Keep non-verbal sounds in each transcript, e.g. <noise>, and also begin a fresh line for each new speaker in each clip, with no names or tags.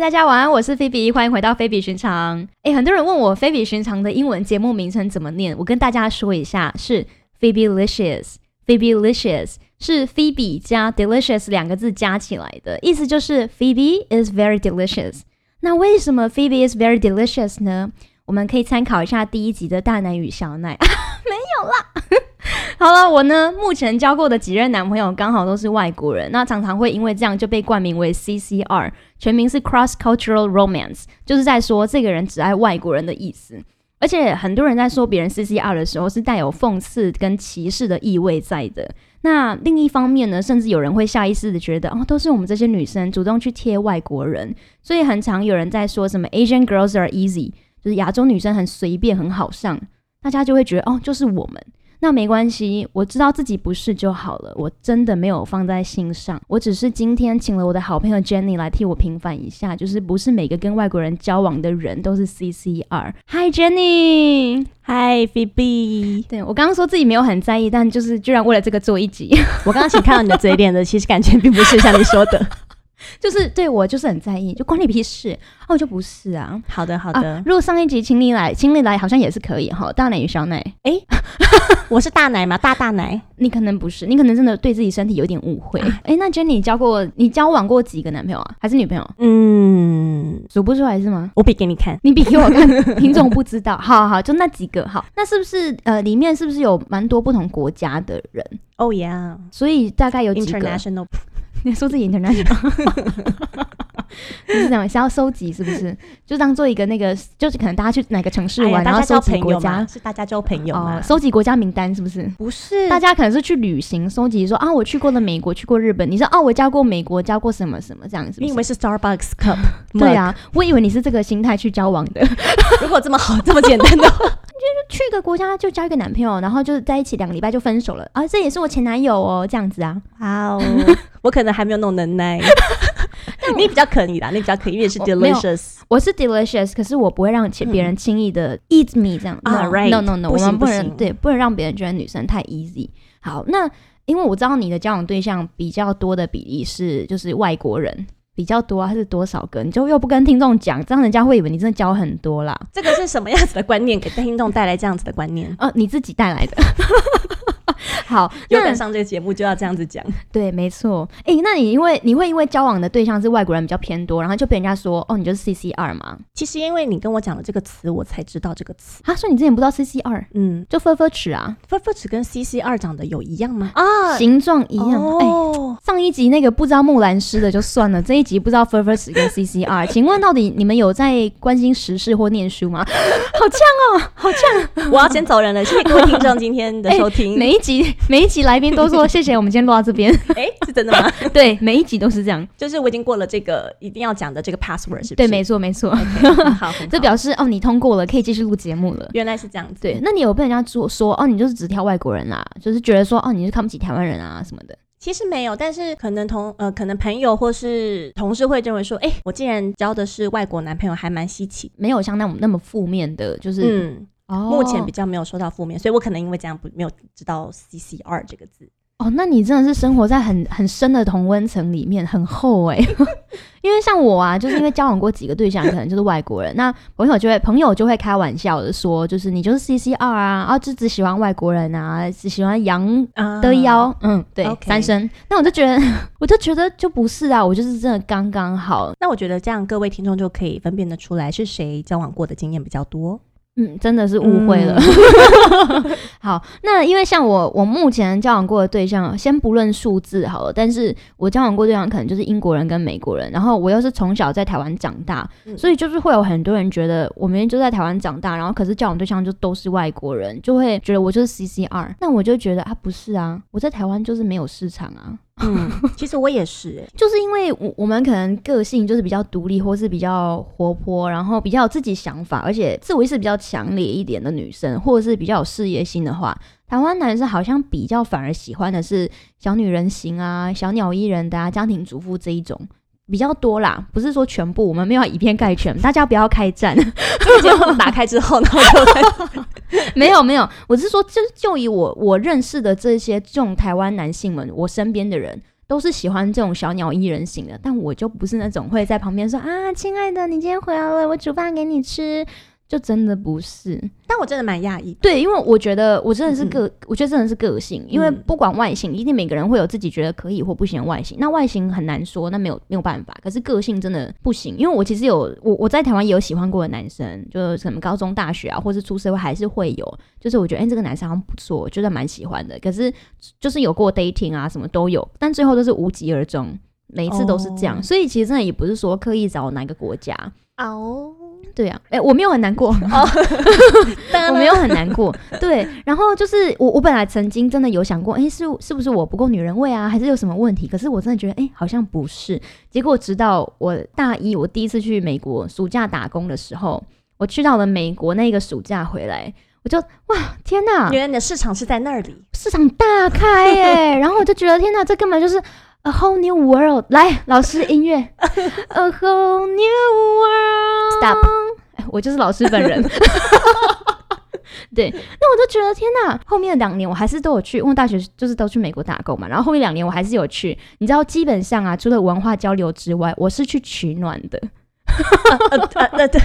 大家晚安，我是菲比，欢迎回到菲比寻常。诶，很多人问我菲比寻常的英文节目名称怎么念，我跟大家说一下，是 Phoebe Licious。Phoebe Licious 是 Phoebe 加 delicious 两个字加起来的，意思就是 Phoebe is very delicious。那为什么 Phoebe is very delicious 呢？我们可以参考一下第一集的大奶与小奶。 <laughs> 没有啦。好 <laughs> 了，我呢目前交过的几任男朋友刚好都是外国人，那常常会因为这样就被冠名为 CCR，全名是 Cross Cultural Romance，就是在说这个人只爱外国人的意思。而且很多人在说别人 CCR 的时候，是带有讽刺跟歧视的意味在的。那另一方面呢，甚至有人会下意识的觉得，哦，都是我们这些女生主动去贴外国人，所以很常有人在说什么 Asian girls are easy，就是亚洲女生很随便，很好上，大家就会觉得，哦，就是我们。那没关系，我知道自己不是就好了。我真的没有放在心上，我只是今天请了我的好朋友 Jenny 来替我平反一下，就是不是每个跟外国人交往的人都是 CCR。Hi Jenny，
嗨，Phoebe，
对我刚刚说自己没有很在意，但就是居然为了这个做一集， <laughs>
我刚刚想看到你的嘴脸的，其实感觉并不是像你说的。
就是对我就是很在意，就关你屁事哦，我就不是啊。
<laughs> 好的，好
好
的
啊，。如果上一集请你来，请你来好像也是可以哈，大奶与小奶。
我是大奶嘛，大大奶。
你可能不是，你可能真的对自己身体有点误会。哎、那 Jenny 你交过你交往过几个男朋友啊？还是女朋友？
嗯，
数不出来是吗？
我比给你看。
你比给我看，听众不
<laughs>
知道。好好好，就那几个。好，那是不是呃，里面是不是有蛮多不同国家的人？
Oh yeah,
所以大概有几个？
international。
你 <laughs> 说自己 international，就是这样，想要收集是不是？就当做一个那个，就是可能大家去哪个城市
哎
玩，
呀
然
大
后
家
收
交
集
朋
国
友嘛，
家
是大家交朋友嘛嗯
哦，？收集国家名单是不是？
不是
大家可能是去旅行，收集说啊，我去过了美国，去过日本。你说哦，我交过美国，交过什么什么这样子？
你以为是 Starbucks <laughs> cup？
对，啊，我以为你是这个心态去交往的。
mug 如果这么好，这么简单 <laughs> 的话，
去一个国家就交一个男朋友，然后就在一起两个礼拜就分手了啊，这也是我前男友哦，这样子啊。
哇哦， <laughs> 我可能还没有那种能 <laughs> 耐。你比较可以啦，你比较可以，因为你是
我没有
delicious。
我是 delicious，可是我不会让其
嗯
别人轻易的 eat me 这样。
啊
no,
right，
no no no，
不
我
行
们不
不
能
行
对，不能让别人觉得女生太 easy。好，那因为我知道你的交往对象比较多的比例是就是外国人。比较多啊还是多少个？你就又不跟听众讲，这样人家会以为你真的交很多啦。
这个是什么样子的观念？给听众带来这样子的观念。
哦，你自己带来的。 <laughs> 好，
有
那
敢上这个节目就要这样子讲。
对，没错。诶，那你因为你会因为交往的对象是外国人比较偏多，然后就被人家说哦，你就是 CCR 嘛？
其实因为你跟我讲了这个词，我才知道这个词。
啊，说你之前不知道 CCR，
嗯
就 f u r f u r 尺啊，
f u r f u r 跟 CC 二长得有一样吗？啊
形状一样。哎、
哦，
上一集那个不知道木兰诗的就算了，这一集不知道 f u r f u r 尺跟 CCR，请问到底你们有在关心时事或念书吗？ <laughs> 哦
哎我要先走人了，谢谢各位听众今天的收听。
每一集每一集来宾都说谢谢，我们今天录到这边。 <laughs>
哎、是真的吗？
对，每一集都是这样。
就是我已经过了这个一定要讲的这个 password，是不是？
对，没错没错，
很好，很好
这表示哦，你通过了，可以继续录节目了。
原来是这样子。
对，，那你有被人家说说哦，你就是只挑外国人啦、啊就是觉得说哦，你是看不起台湾人啊什么的。
其实没有，但是可能同呃，可能朋友或是同事会认为说，哎、我竟然交的是外国男朋友，还蛮稀奇。
没有像那种那么负面的，就是、
嗯，
哦
目前比较没有收到负面，所以我可能因为这样不没有知道 CCR 这个字。
哦，那你真的是生活在很很深的同温层里面，很厚哎、 <laughs> 因为像我啊，就是因为交往过几个对象，可能就是外国人，那朋友就会朋友就会开玩笑的说，就是你就是 CCR 啊，啊就只喜欢外国人啊，只喜欢洋
啊
的腰，嗯，对
OK
三生。那我就觉得， <laughs> 我就觉得就不是啊，我就是真的刚刚好，
那我觉得这样各位听众就可以分辨得出来是谁交往过的经验比较多。
嗯，真的是误会了。 <laughs> 好，那因为像我，我目前交往过的对象，先不论数字好了，但是我交往过对象可能就是英国人跟美国人，然后我又是从小在台湾长大，
嗯 <laughs>
所以就是会有很多人觉得我明明就在台湾长大，然后可是交往对象就都是外国人，就会觉得我就是 CCR，那我就觉得啊不是啊，我在台湾就是没有市场啊，
嗯，其实我也是、欸
就是因为我我们可能个性就是比较独立，或是比较活泼，然后比较有自己想法，而且自我意识比较强烈一点的女生，或者是比较有事业心的话，台湾男生好像比较反而喜欢的是小女人型啊、小鸟依人的啊、家庭主妇这一种。比较多啦，不是说全部，我们没有要以偏概全，大家不要开战。
这个节目打开之 <laughs> 后，然后就开始
<laughs> 没有没有，我是说，就就以我我认识的这些这种台湾男性们，我身边的人，都是喜欢这种小鸟依人型的，但我就不是那种会在旁边说啊，亲爱的，你今天回来了，我煮饭给你吃，就真的不是。
但我真的蛮讶异的。
对，因为我觉得我真的是个，我觉得真的是个性，因为不管外形，一定每个人会有自己觉得可以或不行的外形。那外形很难说，那没有没有办法。可是个性真的不行，因为我其实有我我在台湾也有喜欢过的男生，就是什么高中、大学啊，或是出社会还是会有，就是我觉得哎、这个男生好像不错，我觉得蛮喜欢的。可是就是有过 dating 啊，什么都有，但最后都是无疾而终。每一次都是这样
哦
所以其实真的也不是说刻意找哪个国家，
哦，
对啊，哎、我没有很难过， <laughs> 我没有很难过。对，然后就是我，我本来曾经真的有想过，哎、是是不是我不够女人味啊，还是有什么问题？可是我真的觉得，哎、好像不是。结果直到我大一，我第一次去美国暑假打工的时候，我去到了美国那个暑假回来，我就哇，天哪，
原来你的市场是在那里。
市场大开耶、 <laughs> 然后我就觉得，天哪，这根本就是。A whole new world，来，老师音 <laughs> 乐。A whole new world。Stop，哎我就是老师本人。 <laughs> 对，那我就觉得天哪！后面的两年我还是都有去，因为我大学就是都去美国打工嘛。然后后面两年我还是有去，你知道，基本上啊，除了文化交流之外，我是去取暖的。
呃呃呃，对，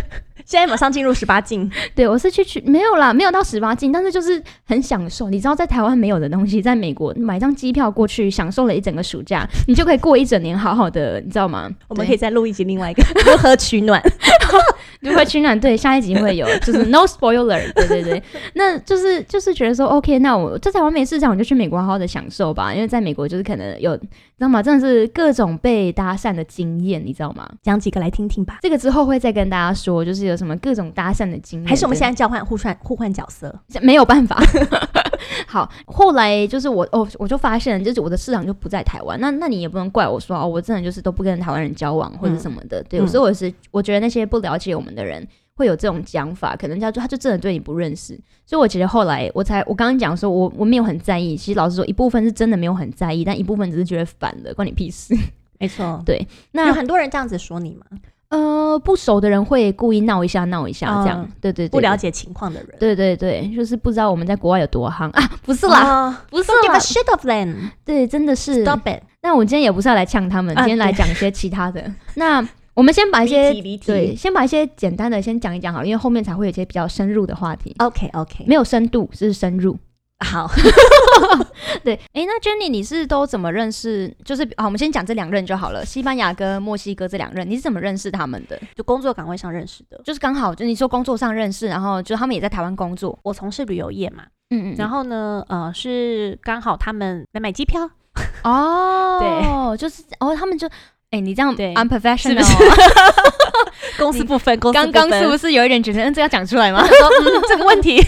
现在马上进入十八禁。
对，我是去去没有啦，没有到十八禁，但是就是很享受。你知道，在台湾没有的东西，在美国买张机票过去，享受了一整个暑假，你就可以过一整年好好的，你知道吗？
我们
对
可以再录一集另外一个如何取暖。
如何取暖？对，下一集会有，就是 no spoiler。对对对，那就是就是觉得说，OK，那我在台湾没市场，我就去美国好好的享受吧。因为在美国就是可能有，你知道吗？真的是各种被搭讪的经验，你知道吗？
讲几个来听听吧。
这个之后会再跟大家说，就是有什么各种搭讪的经验。
还是我们
对
现在交换互换互换角色？
没有办法。 <laughs> 好，后来就是我哦，我就发现就是我的市场就不在台湾，那那你也不能怪我说哦，我真的就是都不跟台湾人交往或者什么的，对，
嗯
所以我是我觉得那些不了解我们的人会有这种讲法，可能叫做他就真的对你不认识，所以我觉得后来我才我刚刚讲说我我没有很在意，其实老实说一部分是真的没有很在意，但一部分只是觉得烦了，关你屁事。 <laughs>
没错，
那
有很多人这样子说你嘛，
呃不熟的人会故意闹一下闹一下这样，
嗯
对对对，
不了解情况的人。
对对对，就是不知道我们在国外有多夯啊！不是啦，
啦，
不是
哦 Don't give
啦
a，shit of them.
对，真的是。
Stop it.
那我今天也不是要来呛他们，
啊
今天来讲一些其他的。 <laughs> 那我们先把一些
离题离题
对，先把一些简单的先讲一讲好了，因为后面才会有一些比较深入的话题，
OK OK，
没有深度是深入。
好，
对，诶，那 Jenny 你是都怎么认识？就是好，我们先讲这两任就好了，西班牙跟墨西哥这两任，你是怎么认识他们的？
就工作岗位上认识的。
就是刚好就你说工作上认识，然后就他们也在台湾工作，
我从事旅游业嘛，
嗯嗯，
然后呢，呃，是刚好他们来买机票，
哦，对，就是哦，他们就。诶，你这样
对
unprofessional，
是
哦
<laughs>
<laughs>
公司不分，公司
刚刚
<laughs>
是不
是
是有一点觉得，嗯，这要讲出来吗？
这个问 <laughs> 题？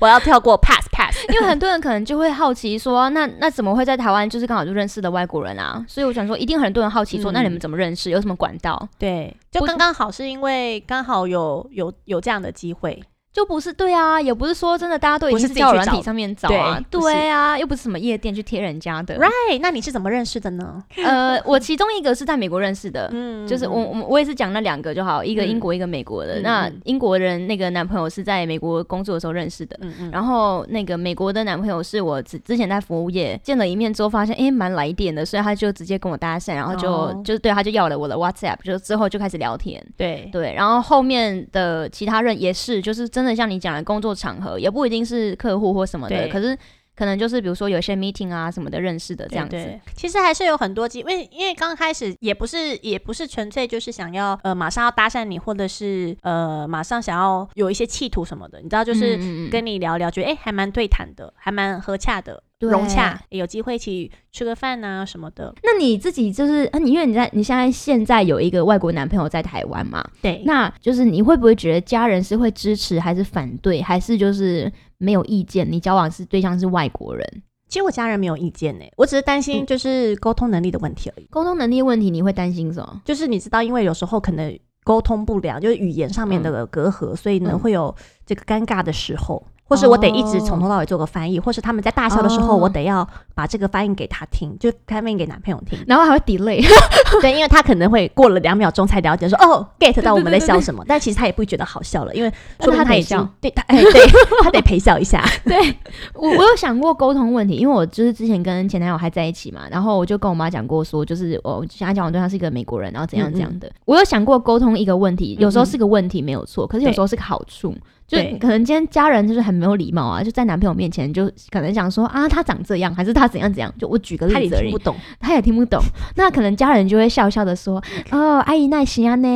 我要跳过 pass <laughs> pass。
因为很多人可能就会好奇说，那那怎么会在台湾就是刚好就认识的外国人啊？所以我想说，一定很多人好奇说，
嗯
那你们怎么认识？有什么管道？
对，就
不是
刚刚好是因为刚好有有有这样的机会，
就不是对啊，也不是说真的，大家都已
不是
经
自
是
己
交友
去
软体
找
上面找啊，
对不
对啊，又不是什么夜店去贴人家的。
right？那你哎是怎么认识的呢？
呃，我其中一个是在美国认识的，
嗯
就是我我我也是讲那两个就好，一个
嗯
英国，一个美国的。
嗯
那
嗯
英国人那个男朋友是在美国工作的时候认识的，
嗯嗯，
然后那个美国的男朋友是我之之前在服务业见了一面之后，发现诶蛮来电的，所以他就直接跟我搭讪，然后就、
哦
就对他就要了我的 WhatsApp，就之后就开始聊天。
对
对，然后后面的其他人也是，就是真的像你讲的工作场合，也不一定是客户或什么的，
对
可是可能就是比如说有些 meeting 啊什么的认识的这样子。
对对其实还是有很多机，因为因为刚开始也不是也不是纯粹就是想要呃马上要搭讪你，或者是呃马上想要有一些企图什么的，你知道就
嗯
是。
嗯嗯
跟你聊聊，觉得哎、诶还蛮对谈的，还蛮合洽的，
对
融洽，诶有机会一起吃个饭啊什么的。
那你自己就是，啊、你因为你在你现在现在有一个外国男朋友在台湾嘛，
对那
那就是你会不会觉得家人是会支持还是反对，还是就是没有意见？你交往是对象是外国人，
其实我家人没有意见呢、我只是担心
嗯
就是沟通能力的问题而已。
沟通能力问题，你会担心什么？
就是你知道，因为有时候可能沟通不了，就是语言上面的隔阂，所以呢、
嗯
会有这个尴尬的时候，或或是我得
哦
一直从头到尾做个翻译，或是他们在大笑的时候，
哦。
我得要把这个翻译给他听，就翻译给男朋友听
然后还会 delay， <laughs>
<laughs> 对，因为他可能会过了两秒钟才了解说哦 get 到我们在
对对对
笑什么，但其实他也不会觉得好笑了，因为
但
说
是
明
他
他
得
已经
笑
对他哎对 <laughs> 他得陪笑一下。
对我，我有想过沟通问题，因为我就是之前跟前男友还在一起嘛，然后我就跟我妈讲过说，就是我想讲我对他是一个美国人，然后
嗯
怎样怎样的。我有想过沟通一个问题，有时候是个问题没有错，可是有时候是个好处，就
对
可能今天家人就是很没有礼貌啊，就在男朋友面前就可能想说啊他长这样，还是他怎样怎样，就我举个
他
例
也
子而
听
已
不，懂，
他也听不懂， <laughs> 那可能家人就会笑笑的说：“哦，阿姨耐心啊呢。”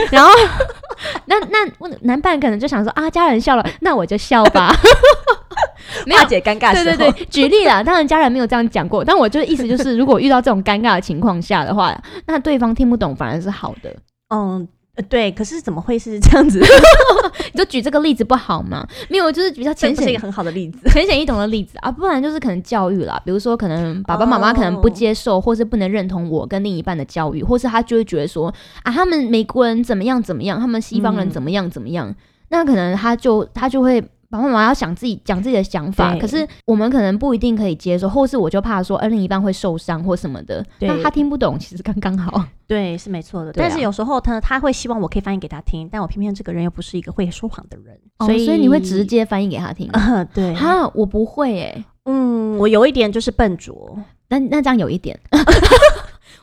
<laughs> 然后，那那男伴可能就想说：“啊，家人笑了，那我就笑 <laughs> 吧。”没有
化，解尴尬
<laughs>
时
对
候。
对对，举例啦，当然家人没有这样讲过，但我就意思就是，如果遇到这种尴尬的情况下的话，那对方听不懂反而是好的。
嗯，呃对。可是怎么会是这样 <laughs> 子？
<laughs> 你就举这个例子不好吗？没有，就是比较
这
浅
不是一
显
个很好的例子。
浅显易懂的例子啊，不然就是可能教育啦，比如说可能爸爸妈妈可能不
哦
接受，或是不能认同我跟另一半的教育，或是他就会觉得说啊，他们美国人怎么样怎么样，他们西方人
嗯
怎么样怎么样，那可能他就他就会。爸爸妈妈要想自己讲自己的想法，
对
可是我们可能不一定可以接受，或是我就怕说，呃，另一半会受伤或什么的。
对
那他听不懂，其实刚刚好。
对，是没错的。
对啊
但是有时候他他会希望我可以翻译给他听，但我偏偏这个人又不是一个会说谎的 <laughs> 人，
哦
所以、
所以你会直、接翻译给他听？
呃、 <laughs> 对，
哈，我不会欸诶、
嗯，我有一点就是笨拙，
那那这样有一
<laughs>
点，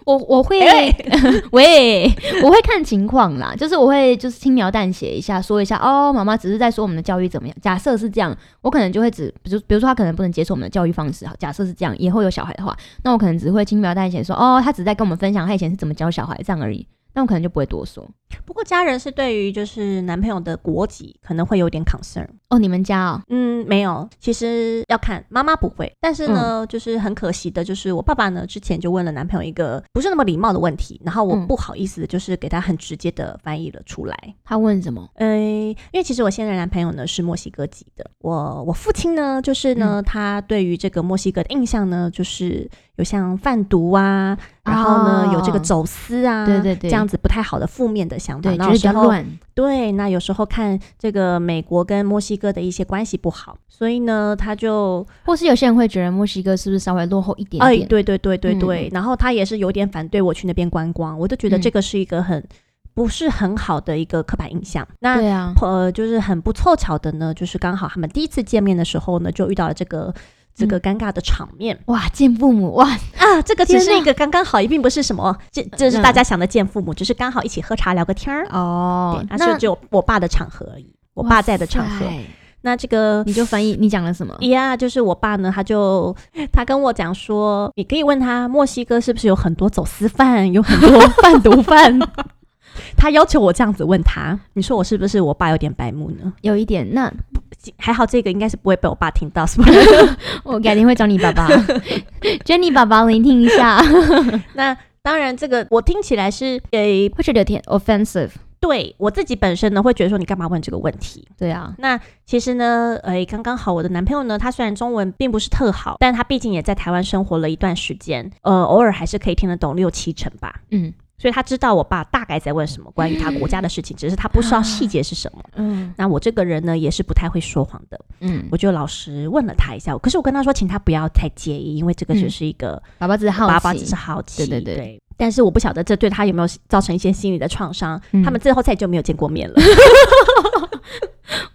我我会、
哎
<laughs> 喂，我会看情况啦，就是我会就是轻描淡写一下，说一下哦，妈妈只是在说我们的教育怎么样。假设是这样，我可能就会只，比如比如说他可能不能接受我们的教育方式，好，假设是这样，以后有小孩的话，那我可能只会轻描淡写说哦，他只是在跟我们分享他以前是怎么教小孩这样而已，那我可能就不会多说。
不过家人是对于就是男朋友的国籍可能会有点 concern。
哦，你们家哦，
嗯，没有，其实要看妈妈不会，但是呢，
嗯
就是很可惜的，就是我爸爸呢之前就问了男朋友一个不是那么礼貌的问题，然后我
嗯
不好意思，就是给他很直接的翻译了出来。
他问什么？
嗯，因为其实我现在的男朋友呢是墨西哥籍的，我我父亲呢就是呢，
嗯
他对于这个墨西哥的印象呢，就是有像贩毒啊，然后呢、有这个
哦
走私啊，
对对对
这样子不太好的负面的想法。
对，觉得
那有
比
时
较
候
乱，
对，那有时候看这个美国跟墨西哥的一些关系不好，所以呢，他就
或是有些人会觉得墨西哥是不是稍微落后一点
哎，
点？
对对对对
嗯
对，然后他也是有点反对我去那边观光，我就觉得
嗯
这个是一个很。不是很好的一个刻板印象。那
对啊，
呃，就是很不凑巧的呢，就是刚好他们第一次见面的时候呢，就遇到了这个这
嗯
个尴尬的场面、
哇，见父母哇，
啊。这个只
天
是
哪
一个刚刚好，也并不是什么，这这是
嗯
大家想的见父母，只是刚好一起喝茶聊个天儿。
哦
对，，那是只有我爸的场合而已，我爸在的场合
哇。塞
那这个。
你就翻译你讲了什么？
呀就是我爸呢，他就他跟我讲说，你可以问他墨西哥是不是有很多走私犯，有很多贩毒犯。 <laughs> 他要求我这样子问他，你说我是不是我爸有点白目呢？
有一点，
<laughs>
那
还好这个应该是不会被我爸听到， <laughs> 是吧？
我改天会找你爸
<laughs>
爸，Jenny 爸爸聆听一下，
那当然，这个我听起来是诶、
会觉得有点 offensive。
对我自己本身呢会觉得说你干嘛问这个问题？
对啊，
那其实呢，诶、刚刚好我的男朋友呢，他虽然中文并不是特好，但他毕竟也在台湾生活了一段时间，呃，偶尔还是可以听得懂六七成吧。
嗯
所以他知道我爸大概在问什么关于他国家的事情，只是他不知道细节是什么。
嗯
那我这个人呢，也是不太会说谎的，
嗯，
我就老实问了他一下。可是我跟他说，请他不要太介意，因为这个只
嗯
是一个
爸爸只是好奇，
爸爸只是好奇，
对对对
嗯但是我不晓得这对他有没有造成一些心理的创伤，
嗯
他们最后再就没有见过面 <laughs> 了。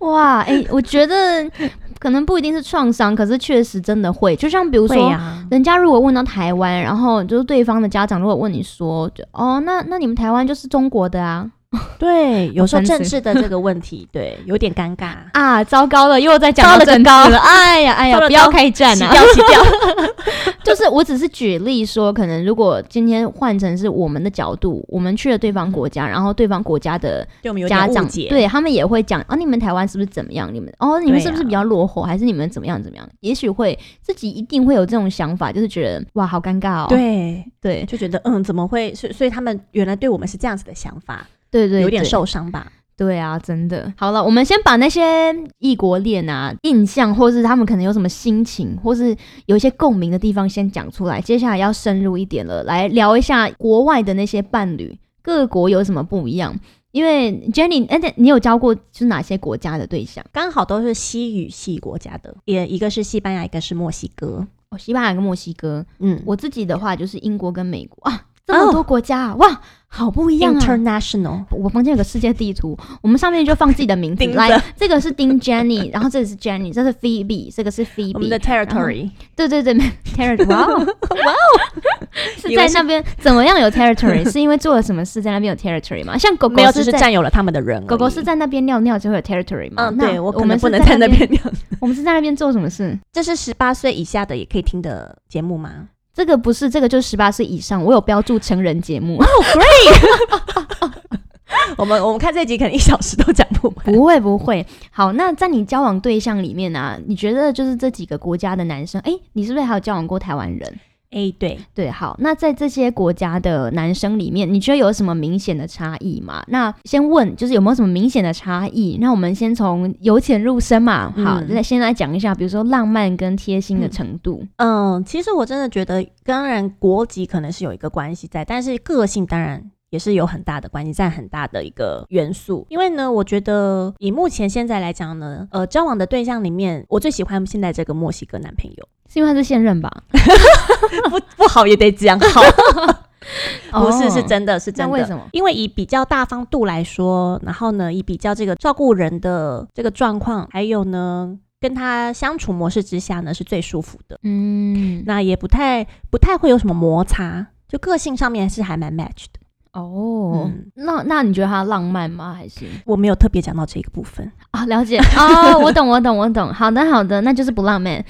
哇，哎、我觉得 <laughs> 可能不一定是创伤，可是确实真的会，就像比如
啊
说。
呀、
人家如果问到台湾，然后就是对方的家长如果问你说，就哦，那那你们台湾就是中国的啊
对，有时候
Offensive
政治的这个问题，对，有点尴尬。
啊，糟糕了，又在讲
糟
到
了
政治了，哎呀哎呀，
糟了
不要
糟
开战
洗
啊！
掉，洗掉。
<laughs>
<laughs>
就是我只是举例说，可能如果今天换成是我们的角度，我们去了对方国家，然后对方国家的
对我们有
家
点误
长
解。，
对他们也会讲啊，你们台湾是不是怎么样？你们哦，你们
对啊
是不是比较落后，还是你们怎么样怎么样？也许会自己一定会有这种想法，就是觉得哇，好尴尬哦。
对，
对
就觉得嗯，怎么会？所以所以他们原来对我们是这样子的想法，
对对，
有点
对。
受伤吧？
对啊，真的。好了，我们先把那些异国恋啊印象，或是他们可能有什么心情，或是有一些共鸣的地方先讲出来。接下来要深入一点了，来聊一下国外的那些伴侣，各国有什么不一样。因为 Jenny，哎，那你有交过就是哪些国家的对象？
刚好都是西语系国家的，也一个是西班牙，一个是墨西哥。
哦，西班牙跟墨西哥。
嗯，
我自己的话就是英国跟美国啊，这么多国家啊，哇，好不一样啊！
international
我房间有个世界地图，我们上面就放自己的
<laughs>
名字。
盯着
来，这个是丁 Jenny，然后这里是 Jenny，这是 Phoebe，这个是 Phoebe。
我们的 territory
对对对
<laughs>
没，territory，哇哦哇哦，是
以
在
为是
那边怎么样有 territory？是因为做了什么事在那边有 territory 吗？像狗狗
没有，
是
只是
在
占有了他们的人而已。
狗狗是在那边尿尿就会有 territory 吗？
嗯，
那
对我可
们
能
是
不能
在
在那
边，
边聊。
我们是在那边做什么事？
<laughs> 这是十八岁以下的也可以听的节目吗？
这个不是，这个就是十八岁以上，我有标注成人节
<laughs>
目。
<laughs> 我们我们看这集可能一小时都讲不完。
不会不会，好，那在你交往对象里面啊，你觉得就是这几个国家的男生，哎，你是不是还有交往过台湾人？
哎，对，
对，好，那在这些国家的男生里面，你觉得有什么明显的差异吗？那先问，就是有没有什么明显的差异？那我们先从由浅入深嘛，好，
嗯
那、先来讲一下，比如说浪漫跟贴心的程度，
嗯，其实我真的觉得，当然国籍可能是有一个关系在，但是个性当然。也是有很大的关系，占很大的一个元素。因为呢，我觉得以目前现在来讲呢，呃，交往的对象里面，我最喜欢现在这个墨西哥男朋友， <laughs>
是因为他是现任吧？
不不好也得讲好，不是
哦
是真的是真
那
的。
为什么？
因为以比较大方度来说，然后呢，以比较这个照顾人的这个状况，还有呢，跟他相处模式之下呢，是最舒服的。
嗯，
那也不太不太会有什么摩擦，就个性上面是还蛮 match 的。
哦，
嗯
那那你觉得他浪漫吗？还
<laughs>
是？
我没有特别讲到这个部分，
啊、了解哦，我懂，我懂，我懂。好的，好的，那就是不浪漫。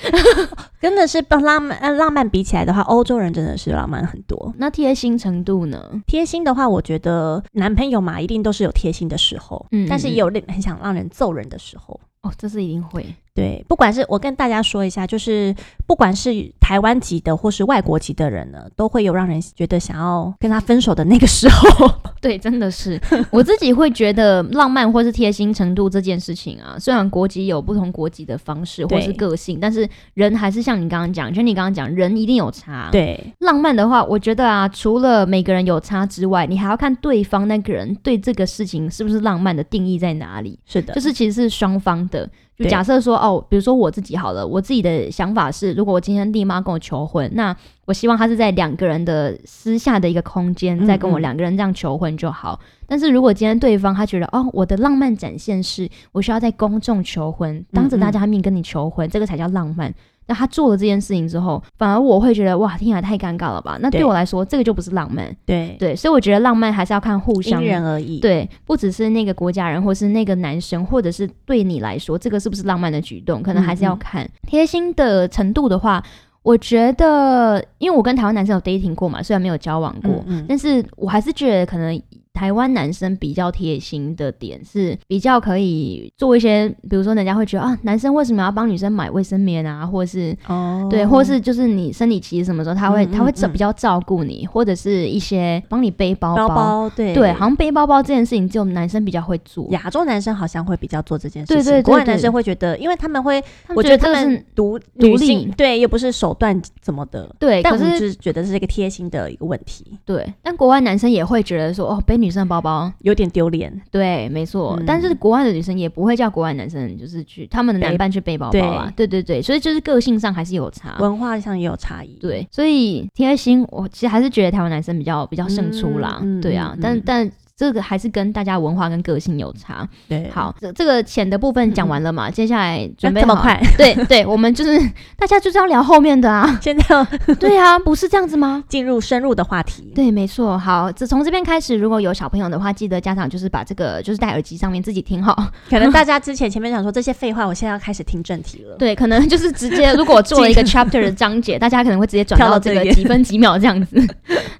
真的是跟浪漫呃浪漫比起来的话，欧洲人真的是浪漫很多。
那贴心程度呢？
贴心的话，我觉得男朋友嘛，一定都是有贴心的时候，
嗯
但是也有令很想让人揍人的时候。
哦，这是一定会。
对，不管是我跟大家说一下，就是不管是台湾籍的或是外国籍的人呢，都会有让人觉得想要跟他分手的那个时候。
<laughs> 对，真的是我自己会觉得浪漫或是贴心程度这件事情啊，虽然国籍有不同国籍的方式或
对
是个性，但是人还是像你刚刚讲，就你刚刚讲，人一定有差。，
对，
浪漫的话，我觉得啊，除了每个人有差之外，你还要看对方那个人对这个事情是不是浪漫的定义在哪里。
是的，
就是其实是双方的。就
对
假设说哦，比如说我自己好了，我自己的想法是，如果我今天弟妈跟我求婚，那我希望她是在两个人的私下的一个空间，
嗯
再跟我
嗯
两个人这样求婚就好。但是如果今天对方他觉得哦，我的浪漫展现是我需要在公众求婚，当
嗯
着大家面跟你求婚，这个才叫浪漫。那他做了这件事情之后，反而我会觉得哇，天啊，太尴尬了吧？那对
对
我来说，这个就不是浪漫。
对，
对，所以我觉得浪漫还是要看互
因
相
人而异。，
对，不只是那个国家人，或是那个男生，或者是对你来说，这个是不是浪漫的举动，可能还是要
嗯嗯
看贴、心的程度的话，我觉得，因为我跟台湾男生有 dating 过嘛，虽然没有交往过，
嗯嗯
但是我还是觉得可能。台湾男生比较贴心的点是比较可以做一些，比如说人家会觉得啊，男生为什么要帮女生买卫生棉啊，或者是
哦
对，或是就是你生理期什么时候，他会、
嗯
他会
嗯
照
嗯
比较照顾你，或者是一些帮你背包
包包，对
对，好像背包包这件事情，只有男生比较会做。
亚洲男生好像会比较做这件事
对
情，
对对
国外
对
男生会觉得，因为他们会，
他们
我
觉
觉得
这
他
个
们
是
独
独
女
立
性对，又不是手段怎么的。
对，
但
可
我们
是
就是觉得这是一个贴心的一个问题，
对，但国外男生也会觉得说，哦，背女生的包包，
有点丢脸。
对，没错。
嗯
但是国外的女生也不会叫国外男生就是去他们的男
背
伴去背包包啊，对对对，所以就是个性上还是有差。
文化上也有差异，
对，所以贴心，我其实还是觉得台湾男生比较比较胜出啦，
嗯嗯
对啊，
嗯
但
嗯
但这个还是跟大家文化跟个性有差。
对，
好，这这个浅的部分
<laughs>
讲完了嘛，接下来准备
这么
好，
快， <laughs>
对对，我们就是 <laughs> 大家就是要聊后面的啊，
现在要
对啊，不是这样子吗？
进入深入的话题。
对，没错。好，这从这边开始，如果有小朋友的话，记得家长就是把这个就是戴耳机上面自己听好。
可能大家之前前面想说这些废话，我现在要开始听正题了。
<laughs> 对，可能就是直接，如果我做了一 <laughs> 个 chapter 的章节，大家可能会直接转
跳
到
到
这
这
个
边
几分几秒这样子。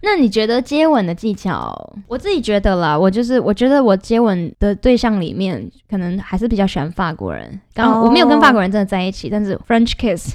那你觉得接吻的技巧？我自己觉得啦，我就是我觉得我接吻的对象里面，可能还是比较喜欢法国人。刚、我没有跟 <laughs>
哦
法国人真的在一起，但是 French kiss。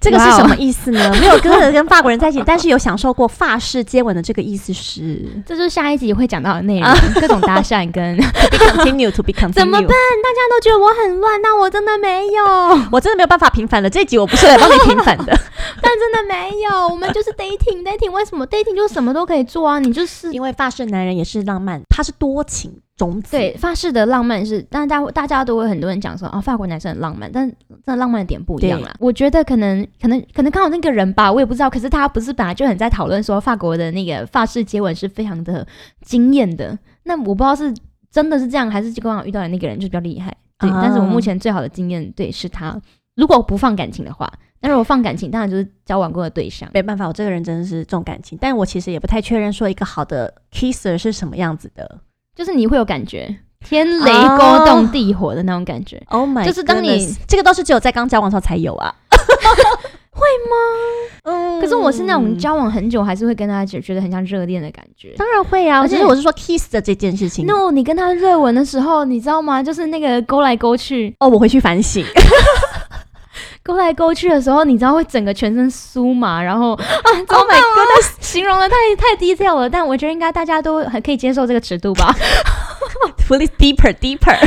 这个
<laughs>
是
哇哦
什么意思呢？没有跟
<laughs>
跟法国人在一起，但是有享受过法式接吻的这个意思是
<laughs> 这就是下一集会讲到的内容，各种搭讪跟
to be continue to be continue。
怎么办？大家都觉得我很乱，那我真的没有，
我真的没有办法平反了，这一集我不是来帮你 <laughs> 平反的，
<laughs> 但真的没有。我们就是 dating，dating 为什么 dating 就什么都可以做啊？你就是
因为法式男人也是浪漫，他是多情种子。
对，法式的浪漫是，但是大家大家都会很多人讲说啊，法国男生很浪漫，但那浪漫的点不一样啦。我觉得可能可能可能刚好那个人吧，我也不知道。可是他不是本来就很在讨论说法国的那个法式接吻是非常的惊艳的，那我不知道是真的是这样，还是就刚好遇到的那个人就比较厉害。对，但是我目前最好的经验对是他，如果不放感情的话，但是我放感情，当然就是交往过的对象。
没办法，我这个人真的是重感情，但我其实也不太确认说一个好的 kisser 是什么样子的。
就是你会有感觉，天雷勾动地火的那种感觉。
Oh my，
就是当你
goodness，这个都是只有在刚交往的时候才有 <laughs> 啊，会吗？嗯
可是我是那种交往很久还是会跟他觉觉得很像热恋的感觉。
当然会啊，
而
我
且
只是我是说 kiss 的这件事情。
no，你跟他热吻的时候，你知道吗？就是那个勾来勾去，
哦，我回去反省。 <laughs>
勾来勾去的时候，你知道会整个全身酥麻，然后 <gasps> 啊
Oh my god！
形容的太太低调了，但我觉得应该大家都很可以接受这个尺度吧。 <laughs>
Please deeper deeper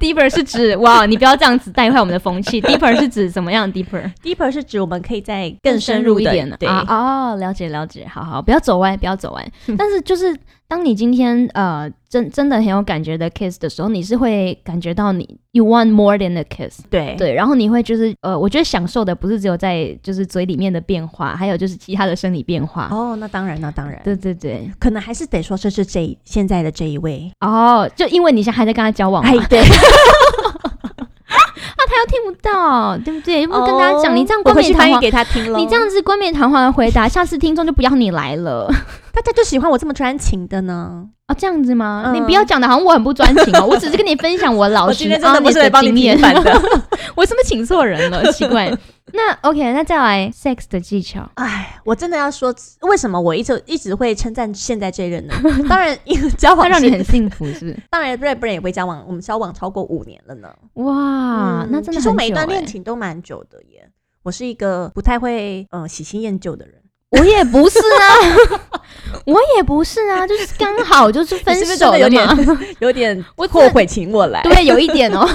deeper 是指哇，你不要这样子带坏我们的风气。deeper 是指怎么样？deeper
deeper 是指我们可以再
一点
对，
啊，哦，了解了解，好好，不要走歪，不要走歪。但是就是当你今天呃真真的很有感觉的 kiss 的时候，你是会感觉到你 you want more than a kiss，
对
对，然后你会就是呃，我觉得享受的不是只有在就是嘴里面的变化，还有就是其他的生理变化。
哦，那当然，那当然，
对对对，
可能还是得说这是这一现在的这一位。
哦，就因为你现在还在跟他交往嘛，
哎，
<laughs>
对，
那他又听不到，对不对？又不跟大家讲，你这样
哦我
冠
回
冕
去
堂
翻译
皇，
给他听咯
你这，样子冠冕堂皇的回答，下次听众就不要你来了。
大家就喜欢我这么专情的呢。
哦，这样子吗？
嗯
你不要讲的好像我很不专情哦，我只是跟你分享我老
<laughs> 我
师
今天真的不是来
honest
帮你
哦经验 <laughs>
平反的。
我是不是请错人了？奇怪。那 OK，那再来 sex 的技巧，
<laughs> 哎，我真的要说，为什么我一直一直会称赞现在这一
<laughs>
任呢？当然，因为交往
它让你
是
很幸福是不
<laughs>
是？
当然，不然不然也会交往，我们交往超过五年了呢。
哇，
嗯
那真的
其实
很
我每一
久
段
欸
恋情都蛮久的耶。我是一个不太会呃喜新厌旧的人，
我也不是啊，
<laughs>
我也不是啊，就是刚好就是分
你是不是
手了
真的
嘛。
有点
我
后悔请我来。
对，有一点哦。 <laughs>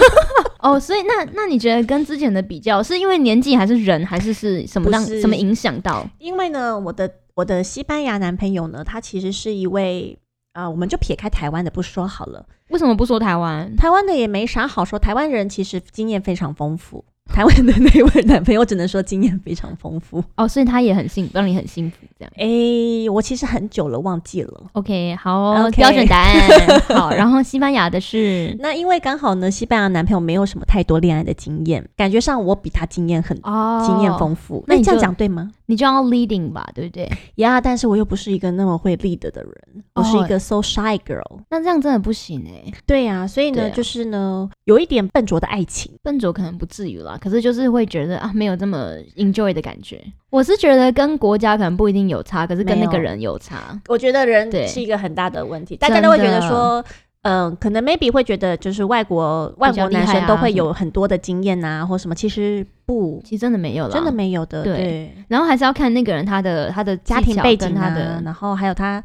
哦，所以那那你觉得跟之前的比较，是因为年纪还是人，还是是什么
不
让
是
什么影响到？
因为呢，我的我的西班牙男朋友呢，他其实是一位啊、呃我们就撇开台湾的不说好了，
为什么不说台湾？
台湾的也没啥好说，台湾人其实经验非常丰富。 <laughs> 台湾的那位男朋友只能说经验非常丰富。
哦，所以他也很幸福，让你很幸福这样。
哎、我其实很久了忘记了。
OK，好哦
OK
标准答案。
<laughs>
好，然后西班牙的是
那因为刚好呢，西班牙男朋友没有什么太多恋爱的经验，感觉上我比他经验很、
哦，
经验丰富。
那
那
你
你这样
就
讲对吗？
你就要 leading 吧，对不
<laughs>
对？
呀但是我又不是一个那么会 lead 的人，我是一个 so shy girl。
那这样真的不行哎、
对呀、所以
对
呢，
啊
就是呢，有一点笨拙的爱情。
笨拙可能不至于啦，可是就是会觉得啊，没有这么 enjoy 的感觉。我是觉得跟国家可能不一定有差，可是跟
没
那
有
个人有差。
我觉得人
对
是一个很大的问题，大家都会觉得说。嗯，可能 maybe 会觉得就是外国外国男
比较厉害
生
啊
都会有很多的经验啊，或什么，其实不，
其实真的没有啦，
真的。没有的。
对
对，
然后还是要看那个人他的他的
家庭
技巧
背景
跟他
啊
的。
然后还有他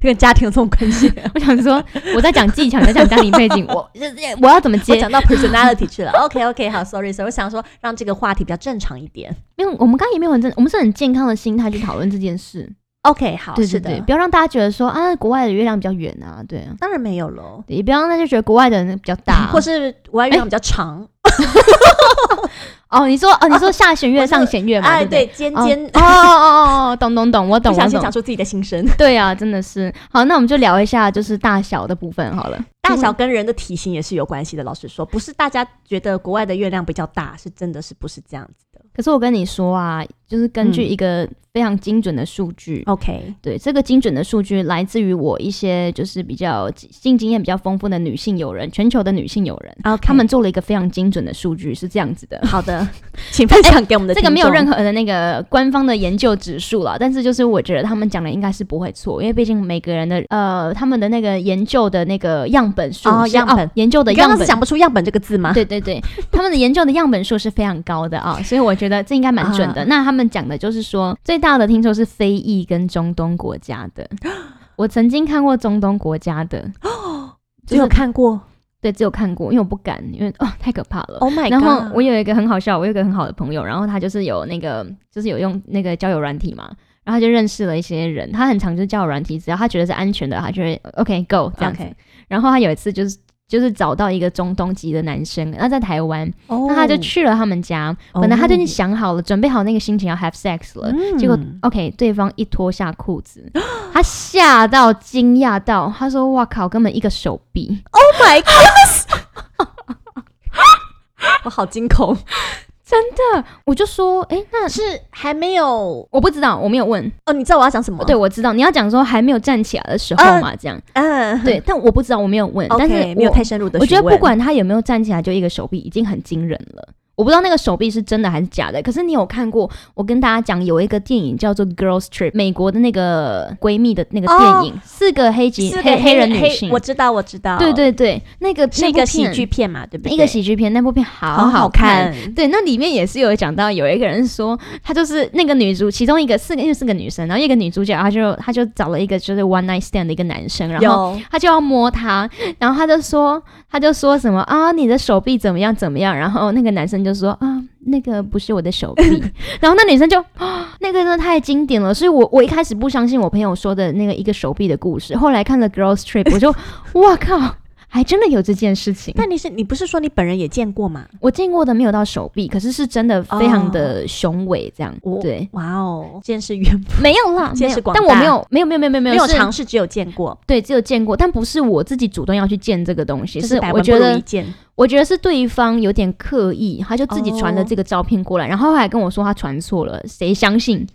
跟家庭有这种关系。
<laughs> 我想说，我在讲技巧，你在讲家庭背景，我 <laughs> 我要怎么
我
接？
讲到 personality 去了。OK OK，好，sorry sorry，我想说让这个话题比较正常一点。
没有，我们刚刚也没有很正，我们是很健康的心态去讨论这件事。
OK，好，
对
是
对
的，
对，不要让大家觉得说啊，国外的月亮比较圆啊，对啊，
当然没有喽。
对也不要让大家觉得国外的人比较大，啊
<laughs> 或是哎我要月亮比较长，
哦，你说哦，你说下弦
<laughs>
月上弦月嘛，对
哎，
不对？
对，尖
哦
尖，
哦哦哦哦，懂懂懂，我
不
懂
小
我
心
懂，
讲出自己的
<laughs>
心声。
对啊，真的是。好，那我们就聊一下就是大小的部分好了。
大小跟人的体型也是有关系的。老实说，不是大家觉得国外的月亮比较大，是真的是不是这样子的？
可是我跟你说啊，就是根据
嗯
一个非常精准的数据。
OK，
对，这个精准的数据来自于我一些就是比较性经验比较丰富的女性友人，全球的女性友人，
然后
他们做了一个非常精准的数据，是这样子的。
<laughs> 好的，请分享给
<laughs>
我们的
这个
听众、
没有任
何
何的那个官方的研究指数了，但是就是我觉得他们讲的应该是不会错，因为毕竟每个人的呃他们的那个研究的那个样本数
哦
是
样本
研究的
你刚
样
刚是
本。
讲不出样本这个字吗？
对对 <laughs> 对，他们的研究的样本数是非常高的啊、所以我觉得这应该蛮准的。
啊
那他们讲的就是说，最大的听说是非裔跟中东国家
<gasps>
的。我曾经看过中东国家的，
只有看过
<laughs> 对，只有看过，因为我不敢，因为哦太可怕了。
，Oh my God！
然后我有一个很好笑，我有一个很好的朋友，然后他就是有那个，就是有用那个交友软体嘛，然后他就认识了一些人，他很常就是交友软体，只要他觉得是安全的，他就会 OK go 这样子。
OK，
然后他有一次就是就是找到一个中东籍的男生，那在台湾，
哦
那他就去了他们家，本来他就已经想好了，准备好那个心情要 have sex 了，
嗯
结果 OK，对方一脱下裤子，他吓到惊讶到，他说：“哇靠，根本一个手臂。”
Oh my God！我好惊恐，
我就说：“诶，那
是还没有
我不知道，我没有问。”
哦？你知道我要讲什么？
对，，我知道你要讲说还没有站起来的时候嘛，这样
嗯，
对，但我不知道，我没有问，但
OK，
是
没有
我
太深入的
我
询
觉
问，
得不管他有没有站起来，就一个手臂已经很惊人了。我不知道那个手臂是真的还是假的，可是你有看过？我跟大家讲，有一个电影叫做《Girls Trip》，美国的那个闺蜜的那个电影，四个黑籍
是
黑
哦黑
人女性
我，知道，我知道，
对，对对，那个
是
那
一
部
个喜
片
剧，片嘛，对不对？
一个喜剧片，那部片好
好好
看
看，
对，那里面也是有讲到有一个人说，她就是那个女主，其中一个四个，因为四个女生，然后一个女主角，她就她就找了一个就是 one night stand 的一个男生，然后
有
她就要摸他，然后她就说，她就说什么啊，你的手臂怎么样怎么样，然后那个男生就说啊，那个不是我的手臂，然后那女生就、啊那个真的太经典了，所以我我一开始不相信我朋友说的那个一个手臂的故事，后来看了 Girls Trip，我就哇靠，还真的有这件事情。
但你是你不是说你本人也见过吗？
我见过的没有到手臂，可是是真的非常的雄伟，这样、
哦我
对，
哇哦，见识渊博，
没有
<laughs>
啦，没
见
有
识，广大
但我没有，没有，没有，没有，没有，
没有
是
尝试，只有见过，
对，只有见过，但不是我自己主动要去见这个东西，
就是百
我
闻不
觉
如一
得，
见。
我觉得是对方有点刻意，他就自己传了
哦
这个照片过来，然后还跟我说他传错了，谁相信？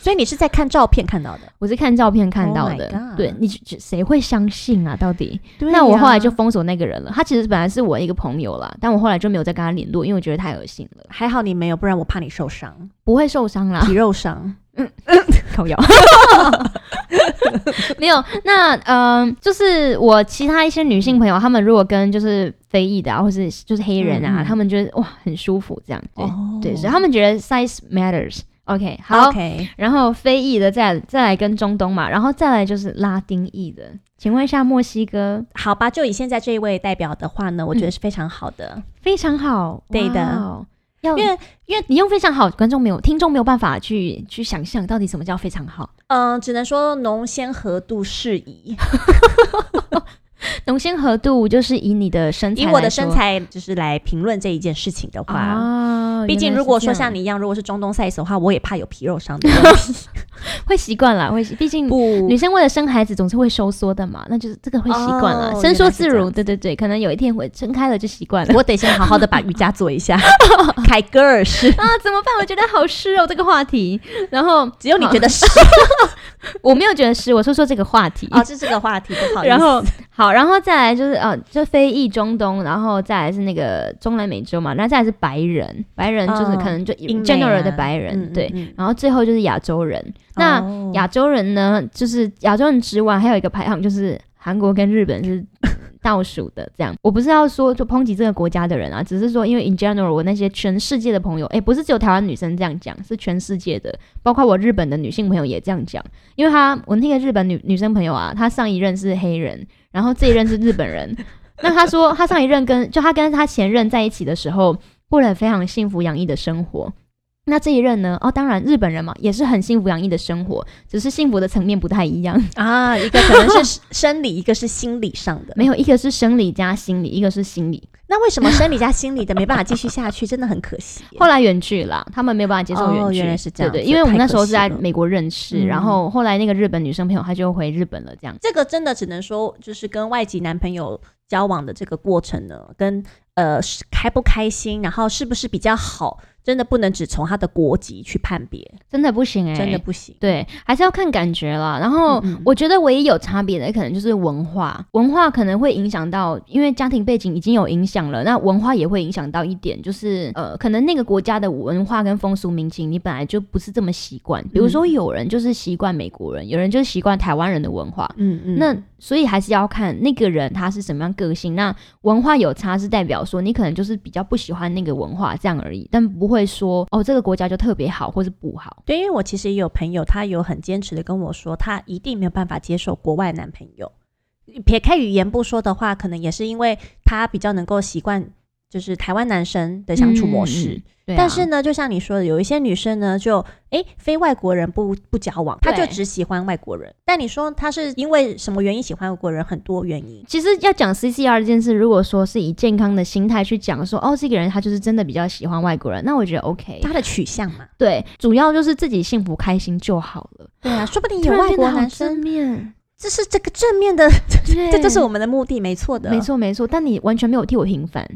所以你是在看照片看到的，
我是看照片看
Oh
到
my
的
God
对你谁会相信啊？到底？
对
那我后来
呀
就封锁那个人了，他其实本来是我一个朋友啦，但我后来就没有再跟他联络，因为我觉得太恶心了，
还好你没有，不然我怕你受伤，
不会受伤啦。
皮肉伤。
靠腰。没有，那嗯、呃就是我其他一些女性朋友，她们如果跟就是非裔的啊，或是就是黑人啊，
嗯嗯
她们觉得哇很舒服这样，对、
哦
对，所以她们觉得 size matters。OK，好
OK，
然后非裔的再再来跟中东嘛，然后再来就是拉丁裔的，请问一下墨西哥
好吧，就以现在这一位代表的话呢，我
嗯
觉得是非常好的，
非常好，
对的
哇哦，要
因为
因为你用非常好，观众没有听众没有办法去去想象到底什么叫非常
<laughs>
好，
嗯、只能说浓鲜合度适宜。
浓鲜合度就是以你的身材
以
来说，
我的身材就是来评论这一件事情的话。
啊，
毕竟，
原来
如果
是这
说
样
像你一样，如果是中东 size 的话，我也怕有皮肉伤的问题。
会习惯啦，会习，毕竟
不
女，生为了生孩子总是会收缩的嘛，那就是这个会习惯了，
哦
伸缩自
原来是这
如，
样
对对对，可能有一天会撑开了就习
<laughs>
惯了。
我得先好好的把瑜伽做一下。凯格尔是，
啊，怎么办？我觉得好湿哦，这个话题。然后
只有你觉得是
我没有觉得湿，我说说这个话题。
哦，这是个话题，不好意思。
<laughs> 然后好，然后再来就是呃，就非裔、中东，然后再来是那个中南美洲嘛，然后再来是白人，白人就是
嗯
可能就
英美啊
general 的白人，对。
嗯嗯
然后最后就是亚洲人，那
哦
亚洲人呢，就是亚洲人之外，还有一个排行就是韩国跟日本是倒数的。这样，我不是要说就抨击这个国家的人啊，只是说因为 in general 我那些全世界的朋友，诶，不是只有台湾女生这样讲，是全世界的，包括我日本的女性朋友也这样讲。因为她我那个日本女女生朋友啊，她上一任是黑人，然后这一任是日本人。那她说，她上一任跟就她跟她前任在一起的时候，过了非常幸福洋溢的生活。那这一任呢？哦，当然日本人嘛，也是很幸福洋溢的生活，只是幸福的层面不太一样。
啊，一个可能是生理，一个是心理上的。
没有，一个是生理加心理，一个是心理。
那为什么生理加心理的没办法继续下去，真的很可惜。
后来远距啦，他们没有办法接受远
哦
距。
原来是这样
对对，
这
因为我们
太
那
可
时候是
惜
在
了
美国认识，
嗯
然后后来那个日本女生朋友她就回日本了，这样。
这个真的只能说，就是跟外籍男朋友交往的这个过程呢，跟呃是开不开心，然后是不是比较好，真的不能只从他的国籍去判别，
真的不行哎、
真的不行。欸
对，还是要看感觉啦。然后
嗯嗯
我觉得唯一有差别的可能就是文化，文化可能会影响到，因为家庭背景已经有影响了，那文化也会影响到一点，就是呃，可能那个国家的文化跟风俗民情，你本来就不是这么习惯。
嗯
比如说，有人就是习惯美国人，有人就是习惯台湾人的文化。
嗯嗯
那所以还是要看那个人他是什么样个性。那文化有差是代表说你可能就是比较不喜欢那个文化这样而已，但不会说哦这个国家就特别好或是不好。
对，因为我其实也有朋友，他有很坚持的跟我说，他一定没有办法接受国外男朋友。撇开语言不说的话，可能也是因为他比较能够习惯就是台湾男生的相处模式。
嗯嗯嗯对啊
但是呢，就像你说的，有一些女生呢，就诶非外国人不不交往，她就
对
只喜欢外国人。但你说她是因为什么原因喜欢外国人？很多原因。
其实要讲 CCR 这件事，如果说是以健康的心态去讲说，哦，这个人他就是真的比较喜欢外国人，那我觉得 OK。
她的取向嘛，
对，主要就是自己幸福开心就好了。
对啊，说不定
突
有
然
外
变得
国
好
男
正
生，
面，
这是这个正面的，
<laughs> 对
这就是我们的目的，没错的，
没错没错，但你完全没有替我平反。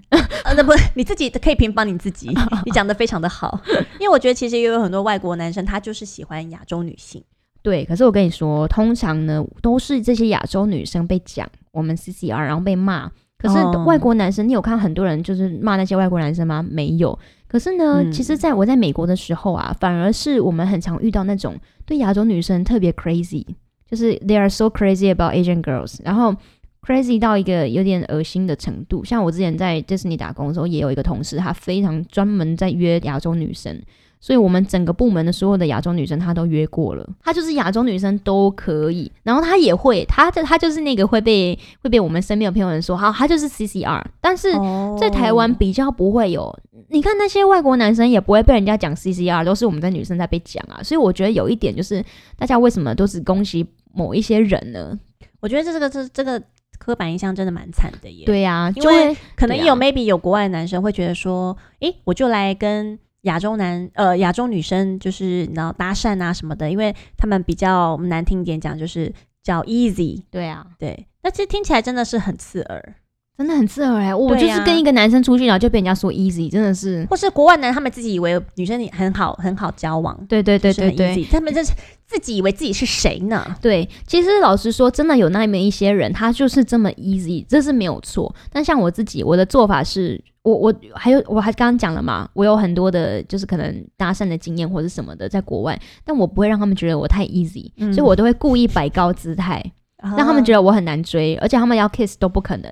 呃，那不，你自己可以平帮你
<laughs>
自己，你讲的非常的好。因为我觉得其实也有很多外国男生，他就是喜欢亚洲女性。
对，可是我跟你说，通常呢都是这些亚洲女生被讲我们 CCR，然后被骂。可是
哦
外国男生，你有看很多人就是骂那些外国男生吗？没有。可是呢，
嗯
其实在我在美国的时候啊，反而是我们很常遇到那种对亚洲女生特别 crazy，就是 they are so crazy about Asian girls，然后 crazy 到一个有点恶心的程度。像我之前在迪士尼打工的时候，也有一个同事，他非常专门在约亚洲女生，所以我们整个部门的所有的亚洲女生她都约过了，她就是亚洲女生都可以，然后她也会，她就她就是那个会被会被我们身边的朋友人说，好，她就是 CCR，但是
哦
在台湾比较不会有，你看那些外国男生也不会被人家讲 CCR，都是我们在女生在被讲啊，所以我觉得有一点就是大家为什么都只恭喜某一些人呢？
我觉得这个这这个刻板印象真的蛮惨的耶。，
对呀、
因
就会
可能
对啊
有 maybe 有国外的男生会觉得说，诶，我就来跟亚洲男呃亚洲女生就是然后搭讪啊什么的，因为他们比较难听一点讲就是叫 easy。
对啊，
对，那其实听起来真的是很刺耳。
真的很刺耳哎、我
对
就
呀
是跟一个男生出去，然后就被人家说 easy，真的是，
或是国外男他们自己以为女生很好很好交往，
对对对
就是
对
很
对。
easy，他们这是自己以为自己是谁呢？
对，其实老实说，真的有那么一些人，他就是这么 easy，这是没有错。但像我自己，我的做法是，我我还有我还刚刚讲了嘛，我有很多的就是可能搭讪的经验或者什么的，在国外，但我不会让他们觉得我太 easy，、
嗯
所以我都会故意摆高姿态，
让
让他们觉
得
得我很难追，而且他们要 kiss 都不可能。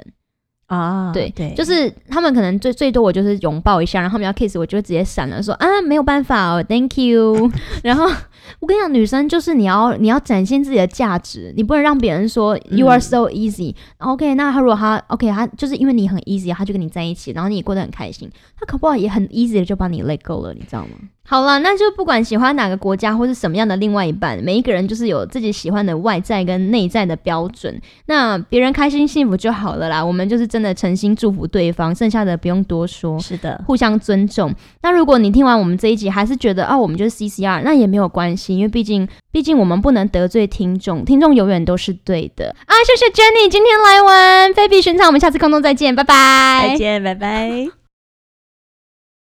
啊，
哦对
对，
就是他们可能最最多我就是拥抱一下，然后他们要 kiss 我就会直接闪了，说啊没有办法哦，thank you。然 <laughs> 后我跟你讲，女生就是你要你要展现自己的价值，你不能让别人说
嗯
you are so easy。OK，那他如果他 OK，他就是因为你很 easy，他就跟你在一起，然后你也过得很开心，他搞不好也很 easy 的就把你 let go 了，你知道吗？好了，那就不管喜欢哪个国家或是什么样的另外一半，每一个人就是有自己喜欢的外在跟内在的标准。那别人开心幸福就好了啦，我们就是真的诚心祝福对方，剩下的不用多说，
是的，
互相尊重。那如果你听完我们这一集还是觉得啊，我们就是 CCR，那也没有关系，因为毕竟毕竟我们不能得罪听众，听众永远都是对的啊。谢谢 Jenny 今天来玩非比寻常，我们下次空中再见，拜拜，
再见，拜拜。